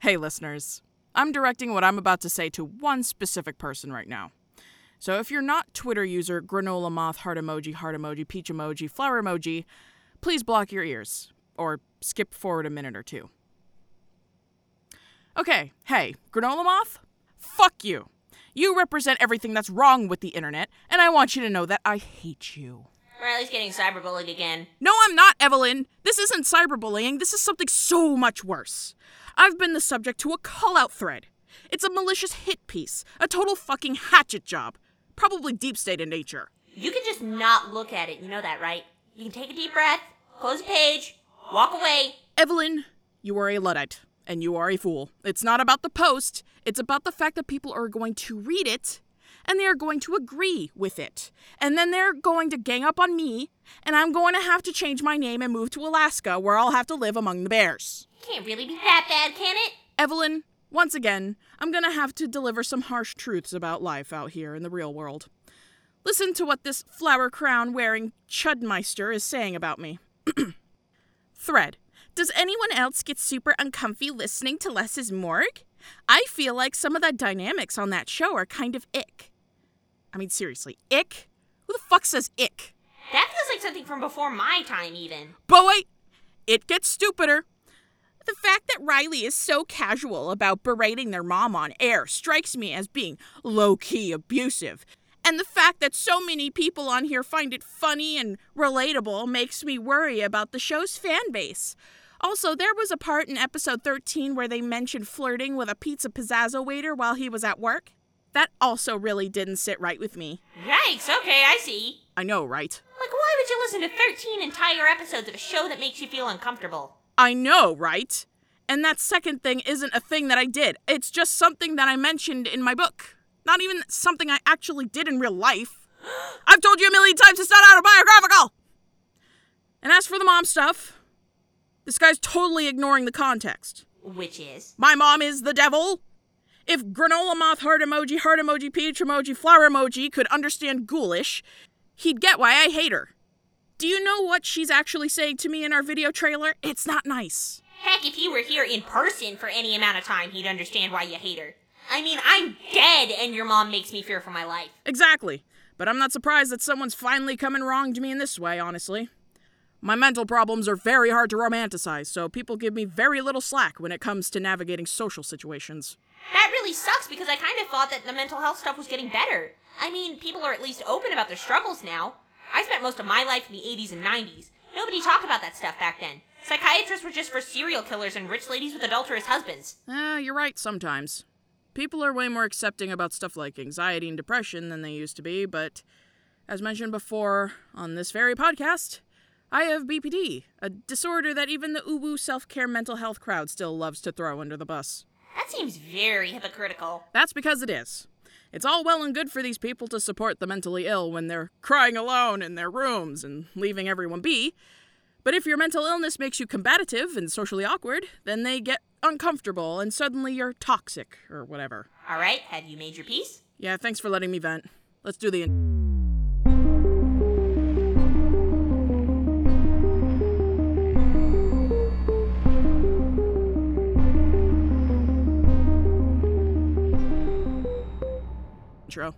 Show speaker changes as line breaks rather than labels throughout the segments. Hey, listeners, I'm directing what I'm about to say to one specific person right now. So if you're not Twitter user, granola moth, heart emoji, heart emoji, peach emoji, flower emoji, please block your ears or skip forward a minute or two. Okay, hey, granola moth, fuck you. You represent everything that's wrong with the internet, and I want you to know that I hate you.
Riley's getting cyberbullied again.
No, I'm not, Evelyn. This isn't cyberbullying. This is something so much worse. I've been the subject to a call out thread. It's a malicious hit piece, a total fucking hatchet job. Probably deep state in nature.
You can just not look at it, you know that, right? You can take a deep breath, close the page, walk away.
Evelyn, you are a Luddite, and you are a fool. It's not about the post, it's about the fact that people are going to read it, and they are going to agree with it. And then they're going to gang up on me, and I'm going to have to change my name and move to Alaska, where I'll have to live among the bears.
Can't really be that bad, can it?
Evelyn, once again, I'm gonna have to deliver some harsh truths about life out here in the real world. Listen to what this flower crown wearing Chudmeister is saying about me. Thread. Does anyone else get super uncomfy listening to Les's morgue? I feel like some of the dynamics on that show are kind of ick. I mean, seriously, ick? Who the fuck says ick?
That feels like something from before my time, even.
But wait, it gets stupider. The fact that Riley is so casual about berating their mom on air strikes me as being low key abusive. And the fact that so many people on here find it funny and relatable makes me worry about the show's fan base. Also, there was a part in episode 13 where they mentioned flirting with a pizza pizzazzo waiter while he was at work. That also really didn't sit right with me.
Yikes, okay, I see.
I know, right?
Like, why would you listen to 13 entire episodes of a show that makes you feel uncomfortable?
I know, right? And that second thing isn't a thing that I did. It's just something that I mentioned in my book. Not even something I actually did in real life. I've told you a million times it's not autobiographical! And as for the mom stuff, this guy's totally ignoring the context.
Which is.
My mom is the devil. If granola moth heart emoji, heart emoji, peach emoji, flower emoji could understand ghoulish, he'd get why I hate her. Do you know what she's actually saying to me in our video trailer? It's not nice.
Heck, if he were here in person for any amount of time, he'd understand why you hate her. I mean, I'm dead and your mom makes me fear for my life.
Exactly. But I'm not surprised that someone's finally come and wronged me in this way, honestly. My mental problems are very hard to romanticize, so people give me very little slack when it comes to navigating social situations.
That really sucks because I kind of thought that the mental health stuff was getting better. I mean, people are at least open about their struggles now. I spent most of my life in the 80s and 90s. Nobody talked about that stuff back then. Psychiatrists were just for serial killers and rich ladies with adulterous husbands.
Eh, you're right sometimes. People are way more accepting about stuff like anxiety and depression than they used to be, but as mentioned before on this very podcast, I have BPD, a disorder that even the uwu self care mental health crowd still loves to throw under the bus.
That seems very hypocritical.
That's because it is. It's all well and good for these people to support the mentally ill when they're crying alone in their rooms and leaving everyone be. But if your mental illness makes you combative and socially awkward, then they get uncomfortable and suddenly you're toxic or whatever.
All right, have you made your peace?
Yeah, thanks for letting me vent. Let's do the. In- intro.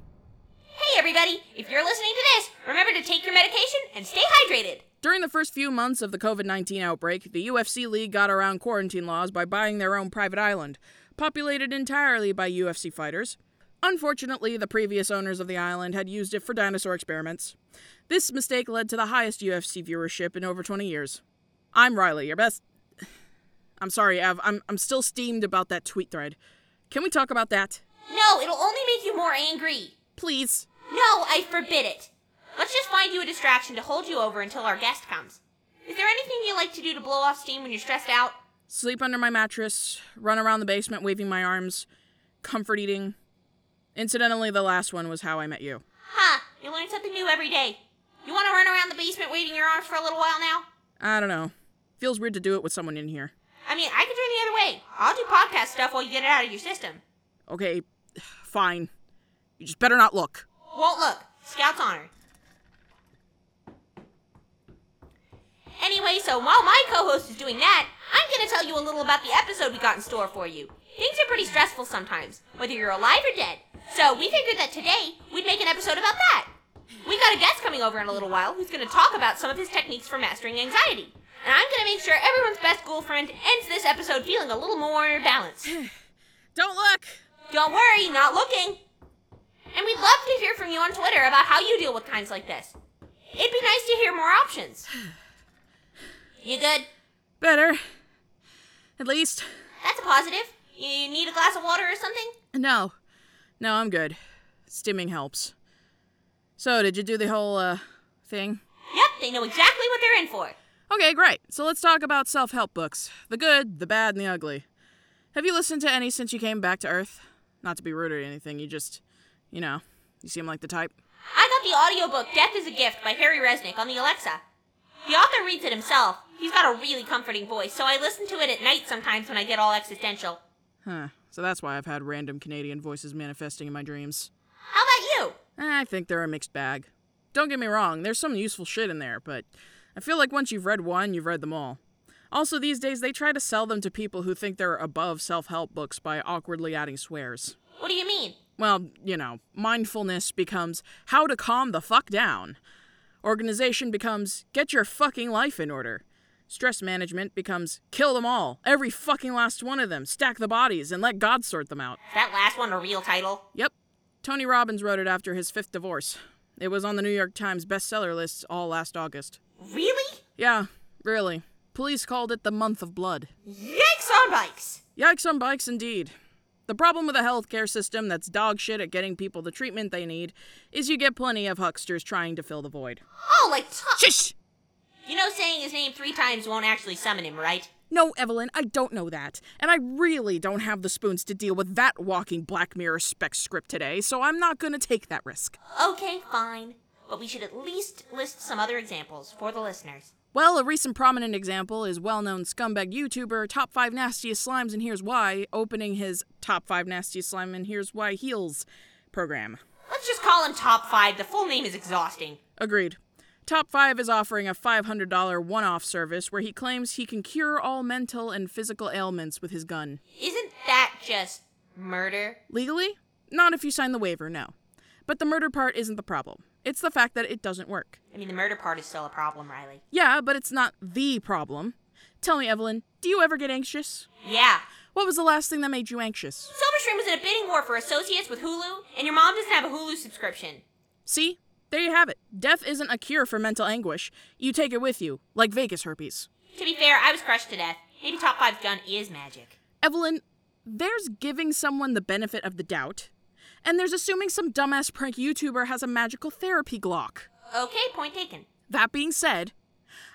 Hey, everybody! If you're listening to this, remember to take your medication and stay hydrated.
During the first few months of the COVID 19 outbreak, the UFC League got around quarantine laws by buying their own private island, populated entirely by UFC fighters. Unfortunately, the previous owners of the island had used it for dinosaur experiments. This mistake led to the highest UFC viewership in over 20 years. I'm Riley, your best. I'm sorry, Ev, I'm, I'm still steamed about that tweet thread. Can we talk about that?
No, it'll only make you more angry.
Please.
No, I forbid it. Let's just find you a distraction to hold you over until our guest comes. Is there anything you like to do to blow off steam when you're stressed out?
Sleep under my mattress, run around the basement waving my arms, comfort eating. Incidentally, the last one was how I met you.
Huh, you learn something new every day. You want to run around the basement waving your arms for a little while now?
I don't know. Feels weird to do it with someone in here.
I mean, I could turn the other way. I'll do podcast stuff while you get it out of your system.
Okay, fine. You just better not look.
Won't look. Scout's honor. Anyway, so while my co host is doing that, I'm going to tell you a little about the episode we got in store for you. Things are pretty stressful sometimes, whether you're alive or dead. So we figured that today we'd make an episode about that. We got a guest coming over in a little while who's going to talk about some of his techniques for mastering anxiety. And I'm going to make sure everyone's best girlfriend ends this episode feeling a little more balanced.
Don't look.
Don't worry, not looking. And we'd love to hear from you on Twitter about how you deal with times like this. It'd be nice to hear more options. You good?
Better. At least.
That's a positive. You need a glass of water or something?
No. No, I'm good. Stimming helps. So, did you do the whole, uh, thing?
Yep, they know exactly what they're in for.
Okay, great. So let's talk about self help books the good, the bad, and the ugly. Have you listened to any since you came back to Earth? Not to be rude or anything, you just, you know, you seem like the type.
I got the audiobook Death is a Gift by Harry Resnick on the Alexa. The author reads it himself. He's got a really comforting voice, so I listen to it at night sometimes when I get all existential.
Huh. So that's why I've had random Canadian voices manifesting in my dreams. Eh,
How about you?
I think they're a mixed bag. Don't get me wrong, there's some useful shit in there, but I feel like once you've read one, you've read them all. Also, these days, they try to sell them to people who think they're above self help books by awkwardly adding swears.
What do you mean?
Well, you know, mindfulness becomes how to calm the fuck down. Organization becomes get your fucking life in order. Stress management becomes kill them all, every fucking last one of them, stack the bodies, and let God sort them out.
Is that last one a real title?
Yep. Tony Robbins wrote it after his fifth divorce. It was on the New York Times bestseller list all last August.
Really?
Yeah, really. Police called it the month of blood.
Yikes on bikes!
Yikes on bikes, indeed. The problem with a healthcare system that's dog shit at getting people the treatment they need is you get plenty of hucksters trying to fill the void.
Oh, like t-
Shush!
You know saying his name three times won't actually summon him, right?
No, Evelyn, I don't know that. And I really don't have the spoons to deal with that walking Black Mirror spec script today, so I'm not gonna take that risk.
Okay, fine. But we should at least list some other examples for the listeners.
Well, a recent prominent example is well known scumbag YouTuber Top 5 Nastiest Slimes and Here's Why opening his Top 5 Nastiest Slime and Here's Why Heals program.
Let's just call him Top 5. The full name is exhausting.
Agreed. Top 5 is offering a $500 one off service where he claims he can cure all mental and physical ailments with his gun.
Isn't that just murder?
Legally? Not if you sign the waiver, no. But the murder part isn't the problem. It's the fact that it doesn't work.
I mean, the murder part is still a problem, Riley.
Yeah, but it's not the problem. Tell me, Evelyn, do you ever get anxious?
Yeah.
What was the last thing that made you anxious?
Silverstream was in a bidding war for associates with Hulu, and your mom doesn't have a Hulu subscription.
See? There you have it. Death isn't a cure for mental anguish. You take it with you, like Vegas herpes.
To be fair, I was crushed to death. Maybe Top 5's gun is magic.
Evelyn, there's giving someone the benefit of the doubt, and there's assuming some dumbass prank YouTuber has a magical therapy Glock.
Okay, point taken.
That being said,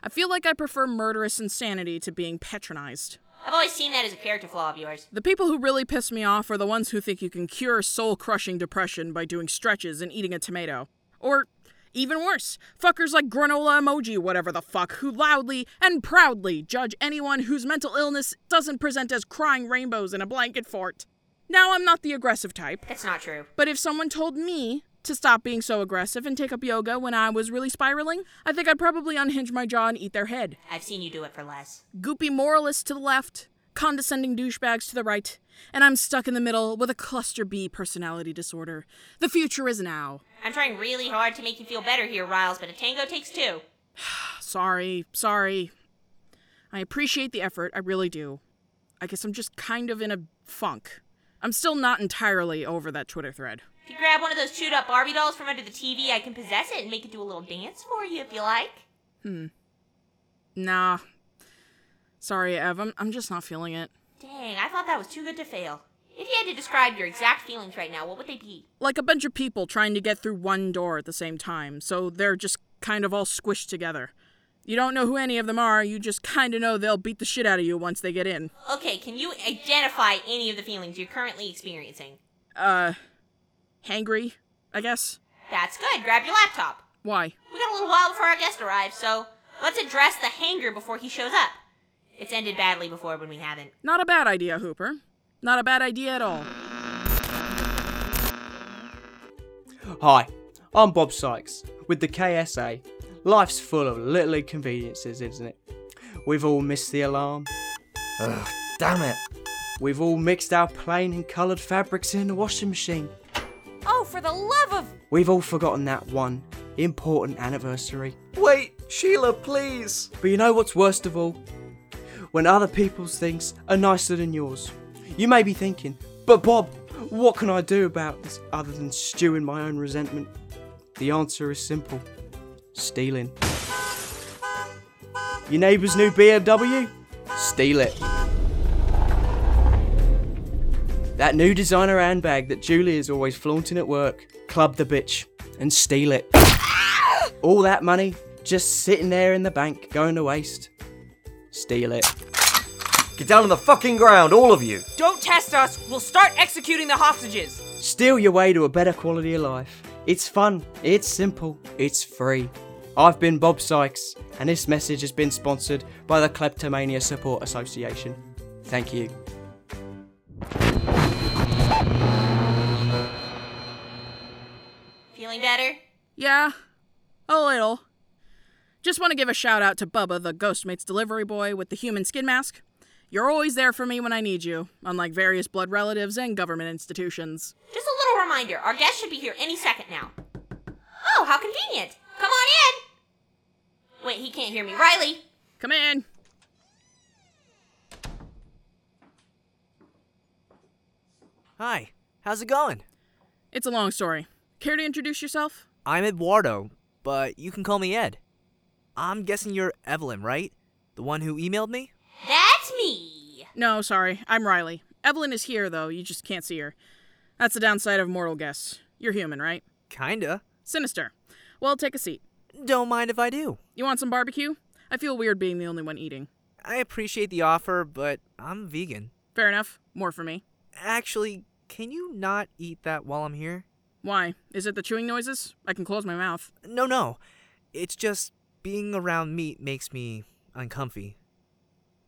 I feel like I prefer murderous insanity to being patronized.
I've always seen that as a character flaw of yours.
The people who really piss me off are the ones who think you can cure soul crushing depression by doing stretches and eating a tomato. Or, even worse, fuckers like Granola Emoji, whatever the fuck, who loudly and proudly judge anyone whose mental illness doesn't present as crying rainbows in a blanket fort. Now, I'm not the aggressive type,
That's not true.
but if someone told me to stop being so aggressive and take up yoga when I was really spiraling, I think I'd probably unhinge my jaw and eat their head.
I've seen you do it for less.
Goopy moralists to the left, condescending douchebags to the right, and I'm stuck in the middle with a cluster B personality disorder. The future is now.
I'm trying really hard to make you feel better here, Riles, but a tango takes two.
Sorry, sorry. I appreciate the effort, I really do. I guess I'm just kind of in a funk. I'm still not entirely over that Twitter thread.
If you grab one of those chewed up Barbie dolls from under the TV, I can possess it and make it do a little dance for you if you like.
Nah. Sorry, Ev, I'm, I'm just not feeling it.
Dang, I thought that was too good to fail. If you had to describe your exact feelings right now, what would they be?
Like a bunch of people trying to get through one door at the same time, so they're just kind of all squished together. You don't know who any of them are, you just kind of know they'll beat the shit out of you once they get in.
Okay, can you identify any of the feelings you're currently experiencing?
Uh, hangry, I guess?
That's good. Grab your laptop.
Why?
We got a little while before our guest arrives, so let's address the hanger before he shows up. It's ended badly before when we haven't.
Not a bad idea, Hooper. Not a bad idea at all.
Hi, I'm Bob Sykes with the KSA. Life's full of little inconveniences, isn't it? We've all missed the alarm.
Ugh, damn it.
We've all mixed our plain and coloured fabrics in the washing machine.
Oh, for the love of.
We've all forgotten that one important anniversary.
Wait, Sheila, please.
But you know what's worst of all? When other people's things are nicer than yours. You may be thinking, but Bob, what can I do about this other than stew in my own resentment? The answer is simple stealing. Your neighbour's new BMW? Steal it. That new designer handbag that Julie is always flaunting at work, club the bitch and steal it. All that money just sitting there in the bank going to waste. Steal it.
Get down on the fucking ground, all of you.
Don't test us. We'll start executing the hostages.
Steal your way to a better quality of life. It's fun, it's simple, it's free. I've been Bob Sykes, and this message has been sponsored by the Kleptomania Support Association. Thank you.
Feeling better?
Yeah, a little. Just want to give a shout out to Bubba, the Ghostmates delivery boy with the human skin mask. You're always there for me when I need you, unlike various blood relatives and government institutions.
Just a little reminder our guest should be here any second now. Oh, how convenient. Come on in. Wait, he can't hear me. Riley!
Come in.
Hi, how's it going?
It's a long story. Care to introduce yourself?
I'm Eduardo, but you can call me Ed. I'm guessing you're Evelyn, right? The one who emailed me?
That's me.
No, sorry. I'm Riley. Evelyn is here, though. You just can't see her. That's the downside of mortal guests. You're human, right?
Kinda.
Sinister. Well, take a seat.
Don't mind if I do.
You want some barbecue? I feel weird being the only one eating.
I appreciate the offer, but I'm vegan.
Fair enough. More for me.
Actually, can you not eat that while I'm here?
Why? Is it the chewing noises? I can close my mouth.
No, no. It's just being around meat makes me uncomfy.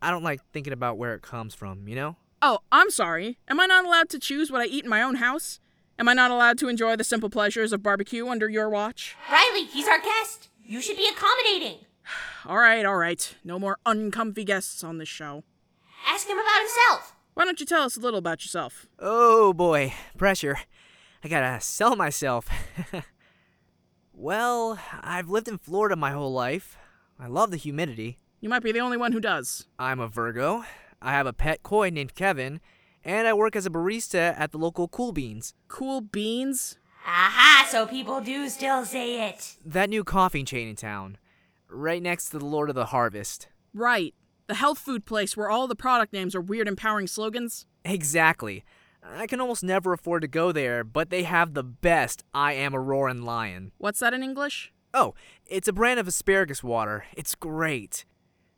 I don't like thinking about where it comes from, you know?
Oh, I'm sorry. Am I not allowed to choose what I eat in my own house? Am I not allowed to enjoy the simple pleasures of barbecue under your watch?
Riley, he's our guest. You should be accommodating.
All right, all right. No more uncomfy guests on this show.
Ask him about himself.
Why don't you tell us a little about yourself?
Oh boy, pressure. I gotta sell myself. well, I've lived in Florida my whole life. I love the humidity.
You might be the only one who does.
I'm a Virgo. I have a pet koi named Kevin, and I work as a barista at the local Cool Beans.
Cool beans?
Aha, so people do still say it.
That new coffee chain in town, right next to the Lord of the Harvest.
Right. The health food place where all the product names are weird empowering slogans?
Exactly. I can almost never afford to go there, but they have the best I Am a Roaring Lion.
What's that in English?
Oh, it's a brand of asparagus water. It's great.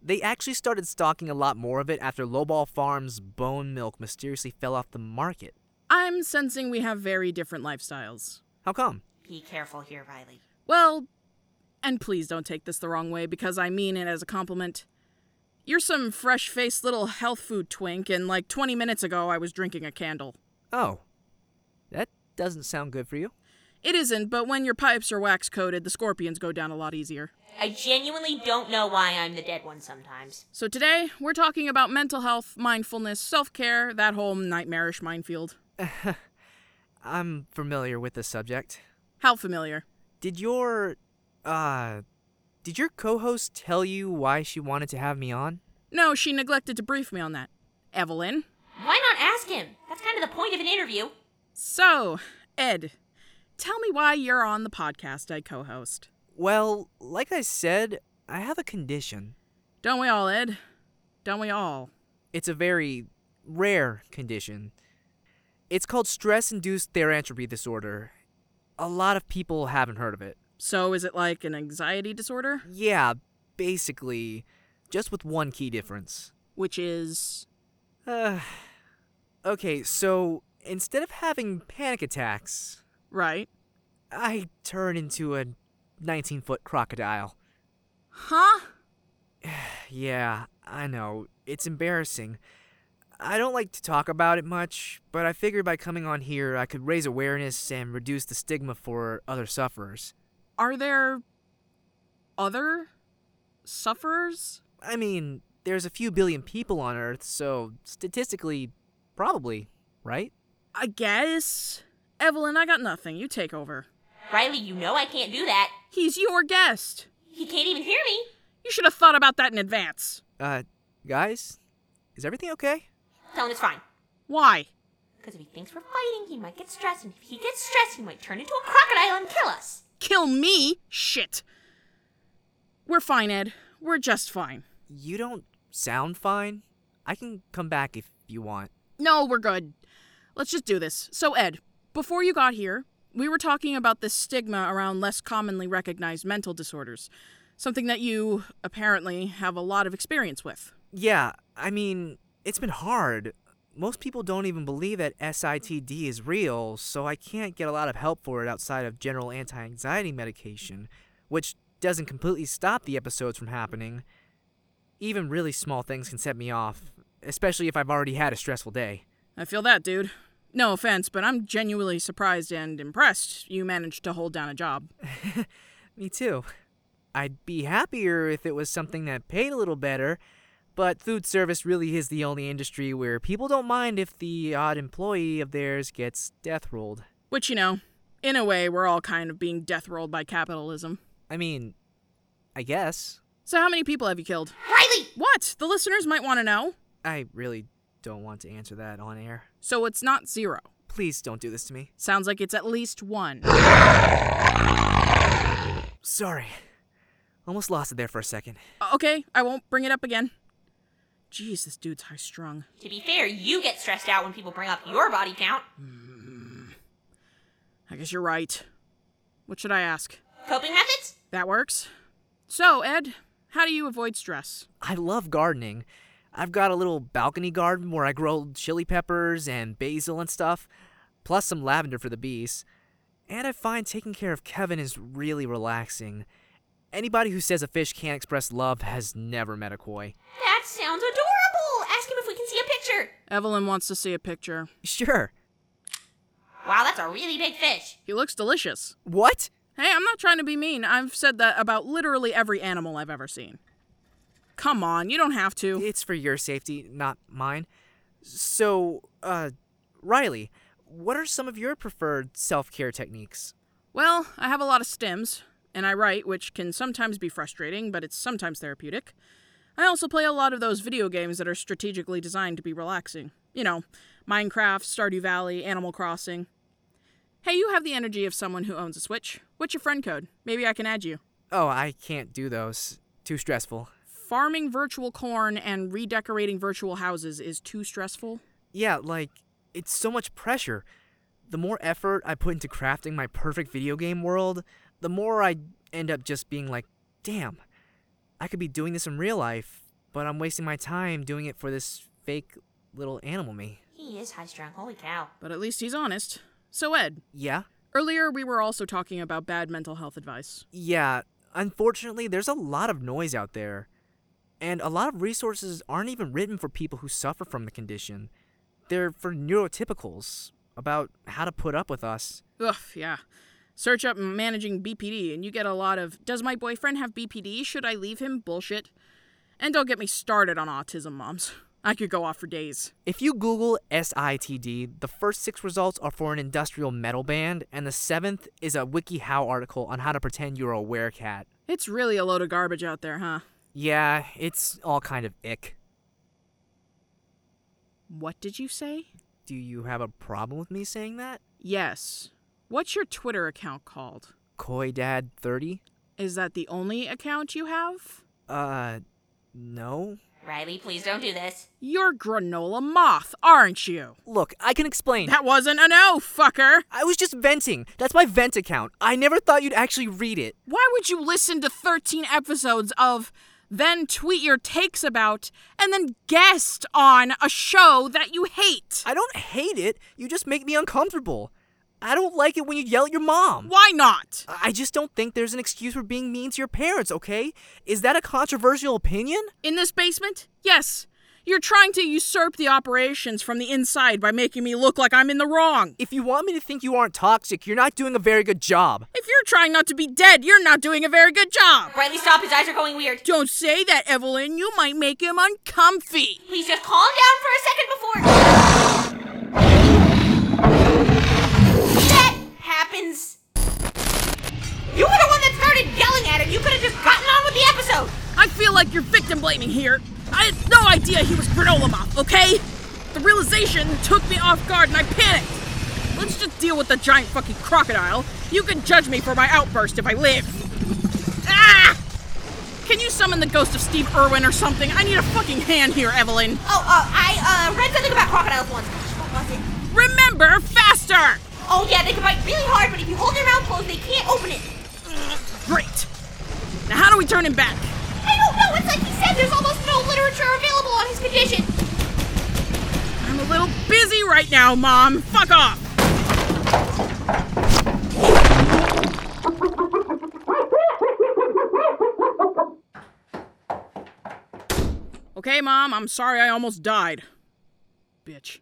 They actually started stocking a lot more of it after Lowball Farm's bone milk mysteriously fell off the market.
I'm sensing we have very different lifestyles.
How come?
Be careful here, Riley.
Well, and please don't take this the wrong way because I mean it as a compliment. You're some fresh faced little health food twink, and like 20 minutes ago, I was drinking a candle.
Oh, that doesn't sound good for you.
It isn't, but when your pipes are wax coated, the scorpions go down a lot easier.
I genuinely don't know why I'm the dead one sometimes.
So today, we're talking about mental health, mindfulness, self care, that whole nightmarish minefield.
I'm familiar with this subject.
How familiar?
Did your. uh. Did your co host tell you why she wanted to have me on?
No, she neglected to brief me on that. Evelyn?
Why not ask him? That's kind of the point of an interview.
So, Ed, tell me why you're on the podcast I co host.
Well, like I said, I have a condition.
Don't we all, Ed? Don't we all?
It's a very rare condition. It's called stress induced therantropy disorder. A lot of people haven't heard of it.
So, is it like an anxiety disorder?
Yeah, basically, just with one key difference.
Which is.
Uh, okay, so instead of having panic attacks,
Right.
I turn into a 19 foot crocodile.
Huh?
Yeah, I know. It's embarrassing. I don't like to talk about it much, but I figured by coming on here I could raise awareness and reduce the stigma for other sufferers.
Are there other sufferers?
I mean, there's a few billion people on Earth, so statistically, probably, right?
I guess. Evelyn, I got nothing. You take over.
Riley, you know I can't do that.
He's your guest.
He can't even hear me.
You should have thought about that in advance.
Uh, guys, is everything okay?
Tell him it's fine.
Why?
Because if he thinks we're fighting, he might get stressed, and if he gets stressed, he might turn into a crocodile and kill us.
Kill me? Shit. We're fine, Ed. We're just fine.
You don't sound fine. I can come back if you want.
No, we're good. Let's just do this. So, Ed, before you got here, we were talking about the stigma around less commonly recognized mental disorders, something that you apparently have a lot of experience with.
Yeah, I mean, it's been hard. Most people don't even believe that SITD is real, so I can't get a lot of help for it outside of general anti anxiety medication, which doesn't completely stop the episodes from happening. Even really small things can set me off, especially if I've already had a stressful day.
I feel that, dude. No offense, but I'm genuinely surprised and impressed you managed to hold down a job.
Me too. I'd be happier if it was something that paid a little better, but food service really is the only industry where people don't mind if the odd employee of theirs gets death rolled.
Which, you know, in a way, we're all kind of being death rolled by capitalism.
I mean, I guess.
So, how many people have you killed?
Riley!
What? The listeners might want to know.
I really don't want to answer that on air.
So, it's not zero.
Please don't do this to me.
Sounds like it's at least one.
Sorry. Almost lost it there for a second.
Okay, I won't bring it up again. Jeez, this dude's high strung.
To be fair, you get stressed out when people bring up your body count.
I guess you're right. What should I ask?
Coping methods?
That works. So, Ed, how do you avoid stress?
I love gardening. I've got a little balcony garden where I grow chili peppers and basil and stuff, plus some lavender for the bees. And I find taking care of Kevin is really relaxing. Anybody who says a fish can't express love has never met a koi.
That sounds adorable! Ask him if we can see a picture.
Evelyn wants to see a picture.
Sure.
Wow, that's a really big fish.
He looks delicious.
What?
Hey, I'm not trying to be mean. I've said that about literally every animal I've ever seen. Come on, you don't have to.
It's for your safety, not mine. So, uh, Riley, what are some of your preferred self care techniques?
Well, I have a lot of stims, and I write, which can sometimes be frustrating, but it's sometimes therapeutic. I also play a lot of those video games that are strategically designed to be relaxing. You know, Minecraft, Stardew Valley, Animal Crossing. Hey, you have the energy of someone who owns a Switch. What's your friend code? Maybe I can add you.
Oh, I can't do those. Too stressful.
Farming virtual corn and redecorating virtual houses is too stressful.
Yeah, like, it's so much pressure. The more effort I put into crafting my perfect video game world, the more I end up just being like, damn, I could be doing this in real life, but I'm wasting my time doing it for this fake little animal me.
He is high strung, holy cow.
But at least he's honest. So, Ed,
Yeah?
earlier we were also talking about bad mental health advice.
Yeah, unfortunately, there's a lot of noise out there. And a lot of resources aren't even written for people who suffer from the condition. They're for neurotypicals about how to put up with us.
Ugh, yeah. Search up managing BPD and you get a lot of, does my boyfriend have BPD? Should I leave him? Bullshit. And don't get me started on autism, moms. I could go off for days.
If you Google SITD, the first six results are for an industrial metal band, and the seventh is a WikiHow article on how to pretend you're a werecat.
It's really a load of garbage out there, huh?
Yeah, it's all kind of ick.
What did you say?
Do you have a problem with me saying that?
Yes. What's your Twitter account called?
Koi Dad 30?
Is that the only account you have?
Uh, no.
Riley, please don't do this.
You're granola moth, aren't you?
Look, I can explain.
That wasn't a no, fucker.
I was just venting. That's my vent account. I never thought you'd actually read it.
Why would you listen to 13 episodes of then tweet your takes about and then guest on a show that you hate?
I don't hate it. You just make me uncomfortable. I don't like it when you yell at your mom.
Why not?
I just don't think there's an excuse for being mean to your parents, okay? Is that a controversial opinion?
In this basement? Yes. You're trying to usurp the operations from the inside by making me look like I'm in the wrong.
If you want me to think you aren't toxic, you're not doing a very good job.
If you're trying not to be dead, you're not doing a very good job.
Riley, stop. His eyes are going weird.
Don't say that, Evelyn. You might make him uncomfy.
Please just calm down for a second before. That happens. You were the one that started yelling at him. You could have just gotten on with the episode.
I feel like you're victim blaming here. I had no idea he was granola mop, okay? The realization took me off guard and I panicked. Let's just deal with the giant fucking crocodile. You can judge me for my outburst if I live. Ah! Can you summon the ghost of Steve Irwin or something? I need a fucking hand here, Evelyn.
Oh, uh, I uh, read something about crocodiles once. Gosh, what was it?
Remember, faster!
Oh yeah, they can bite really hard, but if you hold their mouth closed, they can't open it.
Great. Now, how do we turn him back?
I don't know. It's like he said. There's almost no literature available on his condition.
I'm a little busy right now, Mom. Fuck off! Okay, Mom, I'm sorry I almost died. Bitch.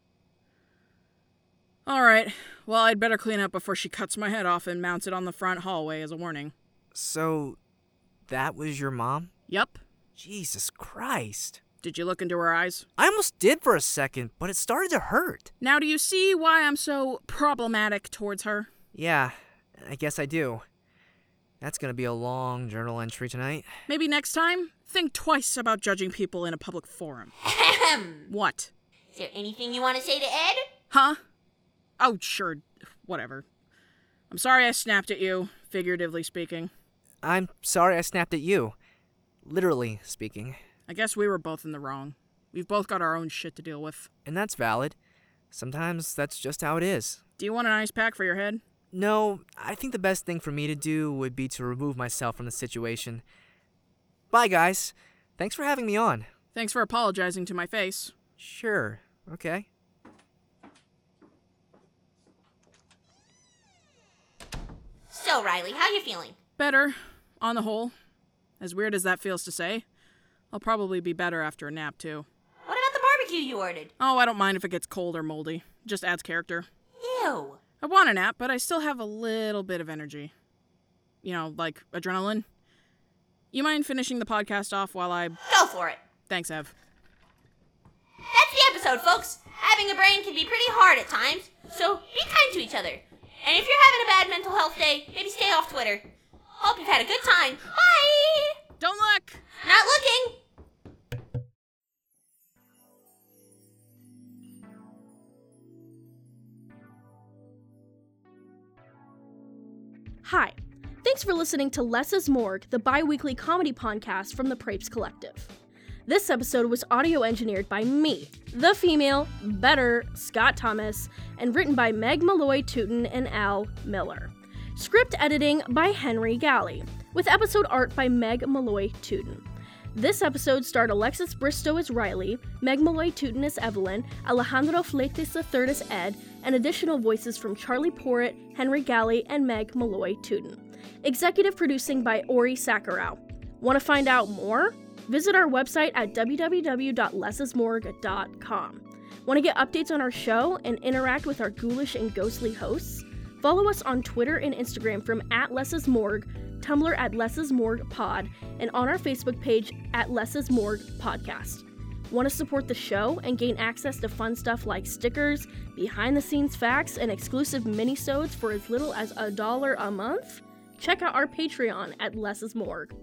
Alright, well, I'd better clean up before she cuts my head off and mounts it on the front hallway as a warning.
So, that was your mom?
Yep.
Jesus Christ.
Did you look into her eyes?
I almost did for a second, but it started to hurt.
Now, do you see why I'm so problematic towards her?
Yeah, I guess I do. That's gonna be a long journal entry tonight.
Maybe next time, think twice about judging people in a public forum.
Ahem.
What?
Is there anything you want to say to Ed?
Huh? Oh, sure. Whatever. I'm sorry I snapped at you, figuratively speaking.
I'm sorry I snapped at you. Literally speaking.
I guess we were both in the wrong. We've both got our own shit to deal with.
And that's valid. Sometimes that's just how it is.
Do you want an ice pack for your head?
No, I think the best thing for me to do would be to remove myself from the situation. Bye, guys. Thanks for having me on.
Thanks for apologizing to my face.
Sure. Okay.
So, Riley, how you feeling?
Better, on the whole. As weird as that feels to say, I'll probably be better after a nap, too.
What about the barbecue you ordered?
Oh, I don't mind if it gets cold or moldy. Just adds character.
Ew.
I want a nap, but I still have a little bit of energy. You know, like adrenaline. You mind finishing the podcast off while I.
Go for it.
Thanks, Ev.
That's the episode, folks. Having a brain can be pretty hard at times, so be kind to each other. And if you're having a bad mental health day, maybe stay off Twitter. Hope you've had a good time. Bye!
Don't look!
Not looking!
Hi. Thanks for listening to Less is Morgue, the bi weekly comedy podcast from the Prapes Collective. This episode was audio engineered by me, the female, better, Scott Thomas, and written by Meg Malloy Tootin and Al Miller. Script editing by Henry Galley, with episode art by Meg Malloy Tootin. This episode starred Alexis Bristow as Riley, Meg Malloy Tootin as Evelyn, Alejandro Fletes III as Ed, and additional voices from Charlie Porritt, Henry Galley, and Meg Malloy Tootin. Executive producing by Ori Sakharov. Want to find out more? Visit our website at www.lessismorg.com. Want to get updates on our show and interact with our ghoulish and ghostly hosts? Follow us on Twitter and Instagram from at Less's Morgue, Tumblr at Less's Morgue Pod, and on our Facebook page at Less's Morgue Podcast. Want to support the show and gain access to fun stuff like stickers, behind the scenes facts, and exclusive mini-sodes for as little as a dollar a month? Check out our Patreon at Less's Morgue.